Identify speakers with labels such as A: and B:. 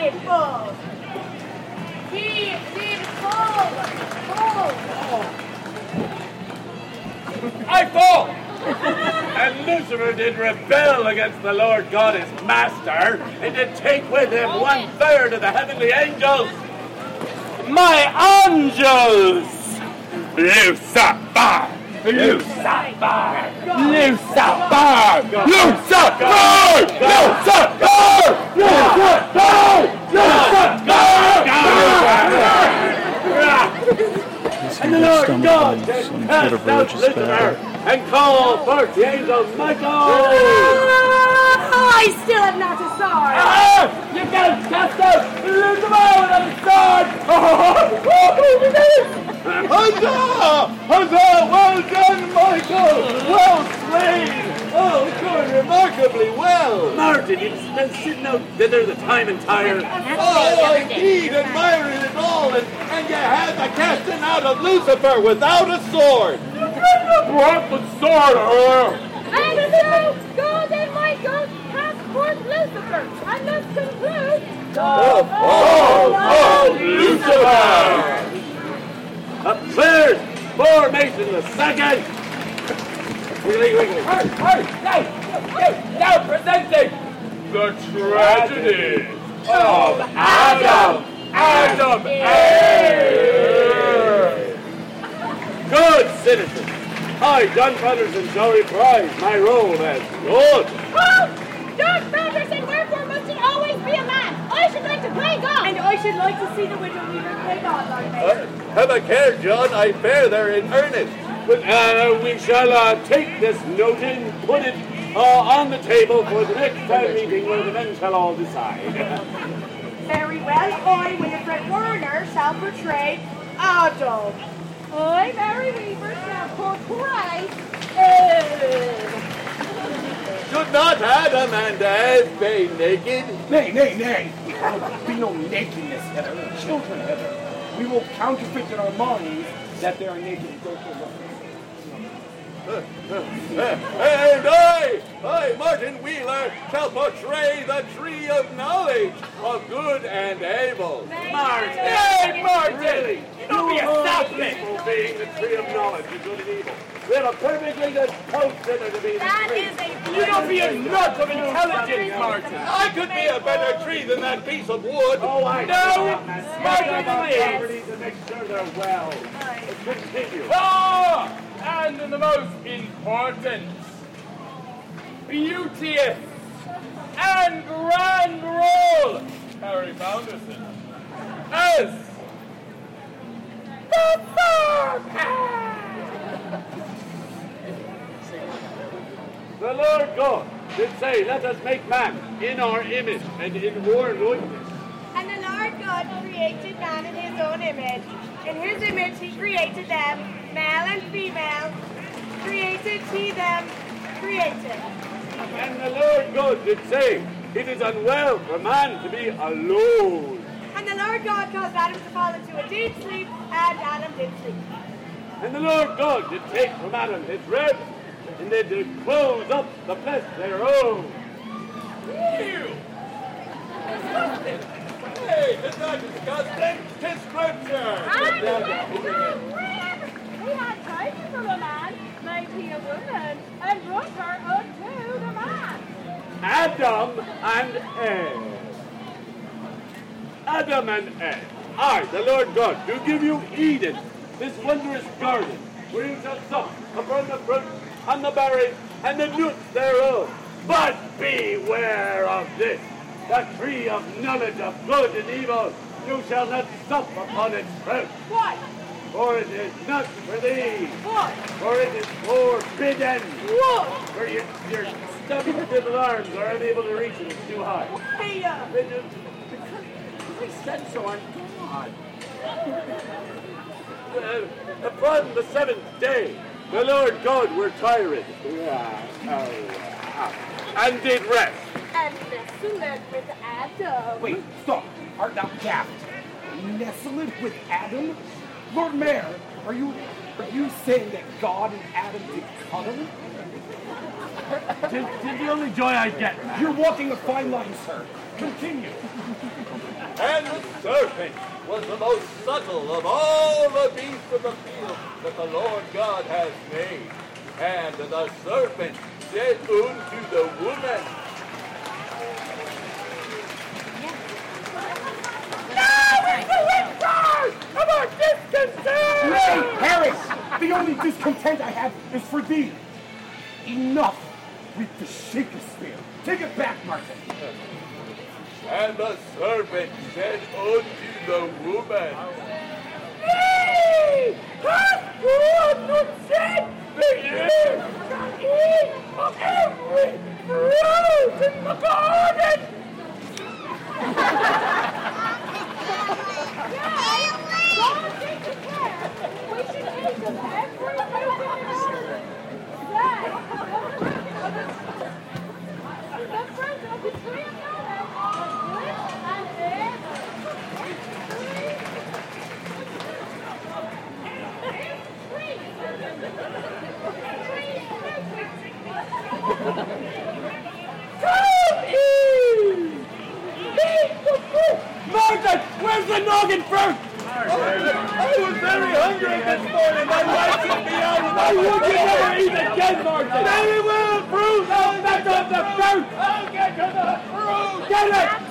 A: Pitbull. He did fall.
B: Oh!
A: Fall.
C: I fall! and Lucifer did rebel against the Lord God his master, and did take with him one third of the heavenly angels. My angels! Lucifer! Lucifer! Lucifer! Lucifer! Lucifer! Lucifer! Lucifer! And the Lord God said, cast out Lucifer and call forth the angel Michael.
A: I still am not a star.
C: Ah, you can't cast out Lucifer without a sword. Oh, you did it. Huzzah! Huzzah! Well done, Michael. Well played. Oh, going remarkably well. Martin, you've been sitting out dinner the time and tire.
B: the
C: Oh,
B: other
C: indeed, admiring it all, and, and you had the casting out of Lucifer without a sword. You brought the sword,
A: And so, Golden Michael has forth Lucifer. I must conclude.
C: Oh, oh, Lucifer! Up clears, formation the second. Wiggly, wiggly. Hurry, hurry, now, now, now presenting the tragedy of Adam, Adam Good citizens, I, Gunputters and Joey prize my role as Lord.
B: Oh, George Patterson, wherefore must it always be a man? I should like to play God.
A: And I should like to see the widow weaver play God like
C: Uh, Have a care, John. I fare there in earnest. But uh, we shall uh, take this note and put it uh, on the table for the next time meeting where the men shall all decide.
A: Very well, I, Winifred Werner, shall portray Adolf. I, Mary Weaver, shall portray Eve.
C: Should not Adam and Eve be naked?
D: Nay, nay, nay. There will be no nakedness, Heather. Children, Heather. We will counterfeit in our minds that they are naked and don't care what.
C: And I, I, Martin Wheeler, shall portray the tree of knowledge of good and evil. Martin! Hey, Martin! Don't be a selfless! Being the tree of knowledge of good and evil. We have a perfectly good host dinner to be
B: That is a beautiful.
C: don't be a nut of intelligence, Martin. I could be a better tree than that piece of wood. Oh, I know. Smarter than this. To make sure they're well. Continue.
E: Ah! And the most important, beauteous and grand role, Harry Founderson, as the Falcon!
C: The Lord God did say, "Let us make man in our image and in our likeness."
A: And the Lord God created man in his own image. In his image he created them, male and female. Created he them, created.
C: And the Lord God did say, "It is unwell for man to be alone."
A: And the Lord God caused Adam to fall into a deep sleep, and Adam did sleep.
C: And the Lord God did take from Adam his rib, and they did close up the flesh thereof. Hey, this is disgusting to scripture.
B: I went from He had taken from a man, made he a woman, and brought her unto the man.
C: Adam and Eve. Adam and Eve. I, the Lord God, do give you Eden, this wondrous garden, where you shall sup upon the fruit and the berries and the nuts thereof. But beware of this, the tree of knowledge of good and evil. You shall not sup upon its fruit,
A: What?
C: for it is not for thee,
A: What?
C: for it is forbidden.
A: What?
C: Where your, your stubby little arms are unable to reach it, it's too high.
A: Hey, uh,
C: They just-
D: Said so on God.
C: Uh, upon the seventh day, the Lord God were tired. oh, And did rest.
B: And wrestled with Adam.
D: Wait, stop. Art thou daft? Nestled with Adam? Lord Mayor, are you are you saying that God and Adam did cuddle?
C: Tis, tis the only joy I get.
D: You're walking a fine line, sir. Continue.
C: serpent was the most subtle of all the beasts of the field that the Lord God has made. And the serpent said unto the woman,
D: Nay, Harris! The only discontent I have is for thee. Enough with the Shakespeare. Take it back, Martin.
C: And the serpent said unto the woman,
B: God did declare we should eat of every fruit in the garden. That the fruit of the tree of knowledge of good and evil. Tree.
C: Margaret, where's the noggin first? I was very hungry this morning. My wife took me out. Why would you never eat again, Margaret? Very well, prove the fact of the fruit. I'll get to the fruit. Get it.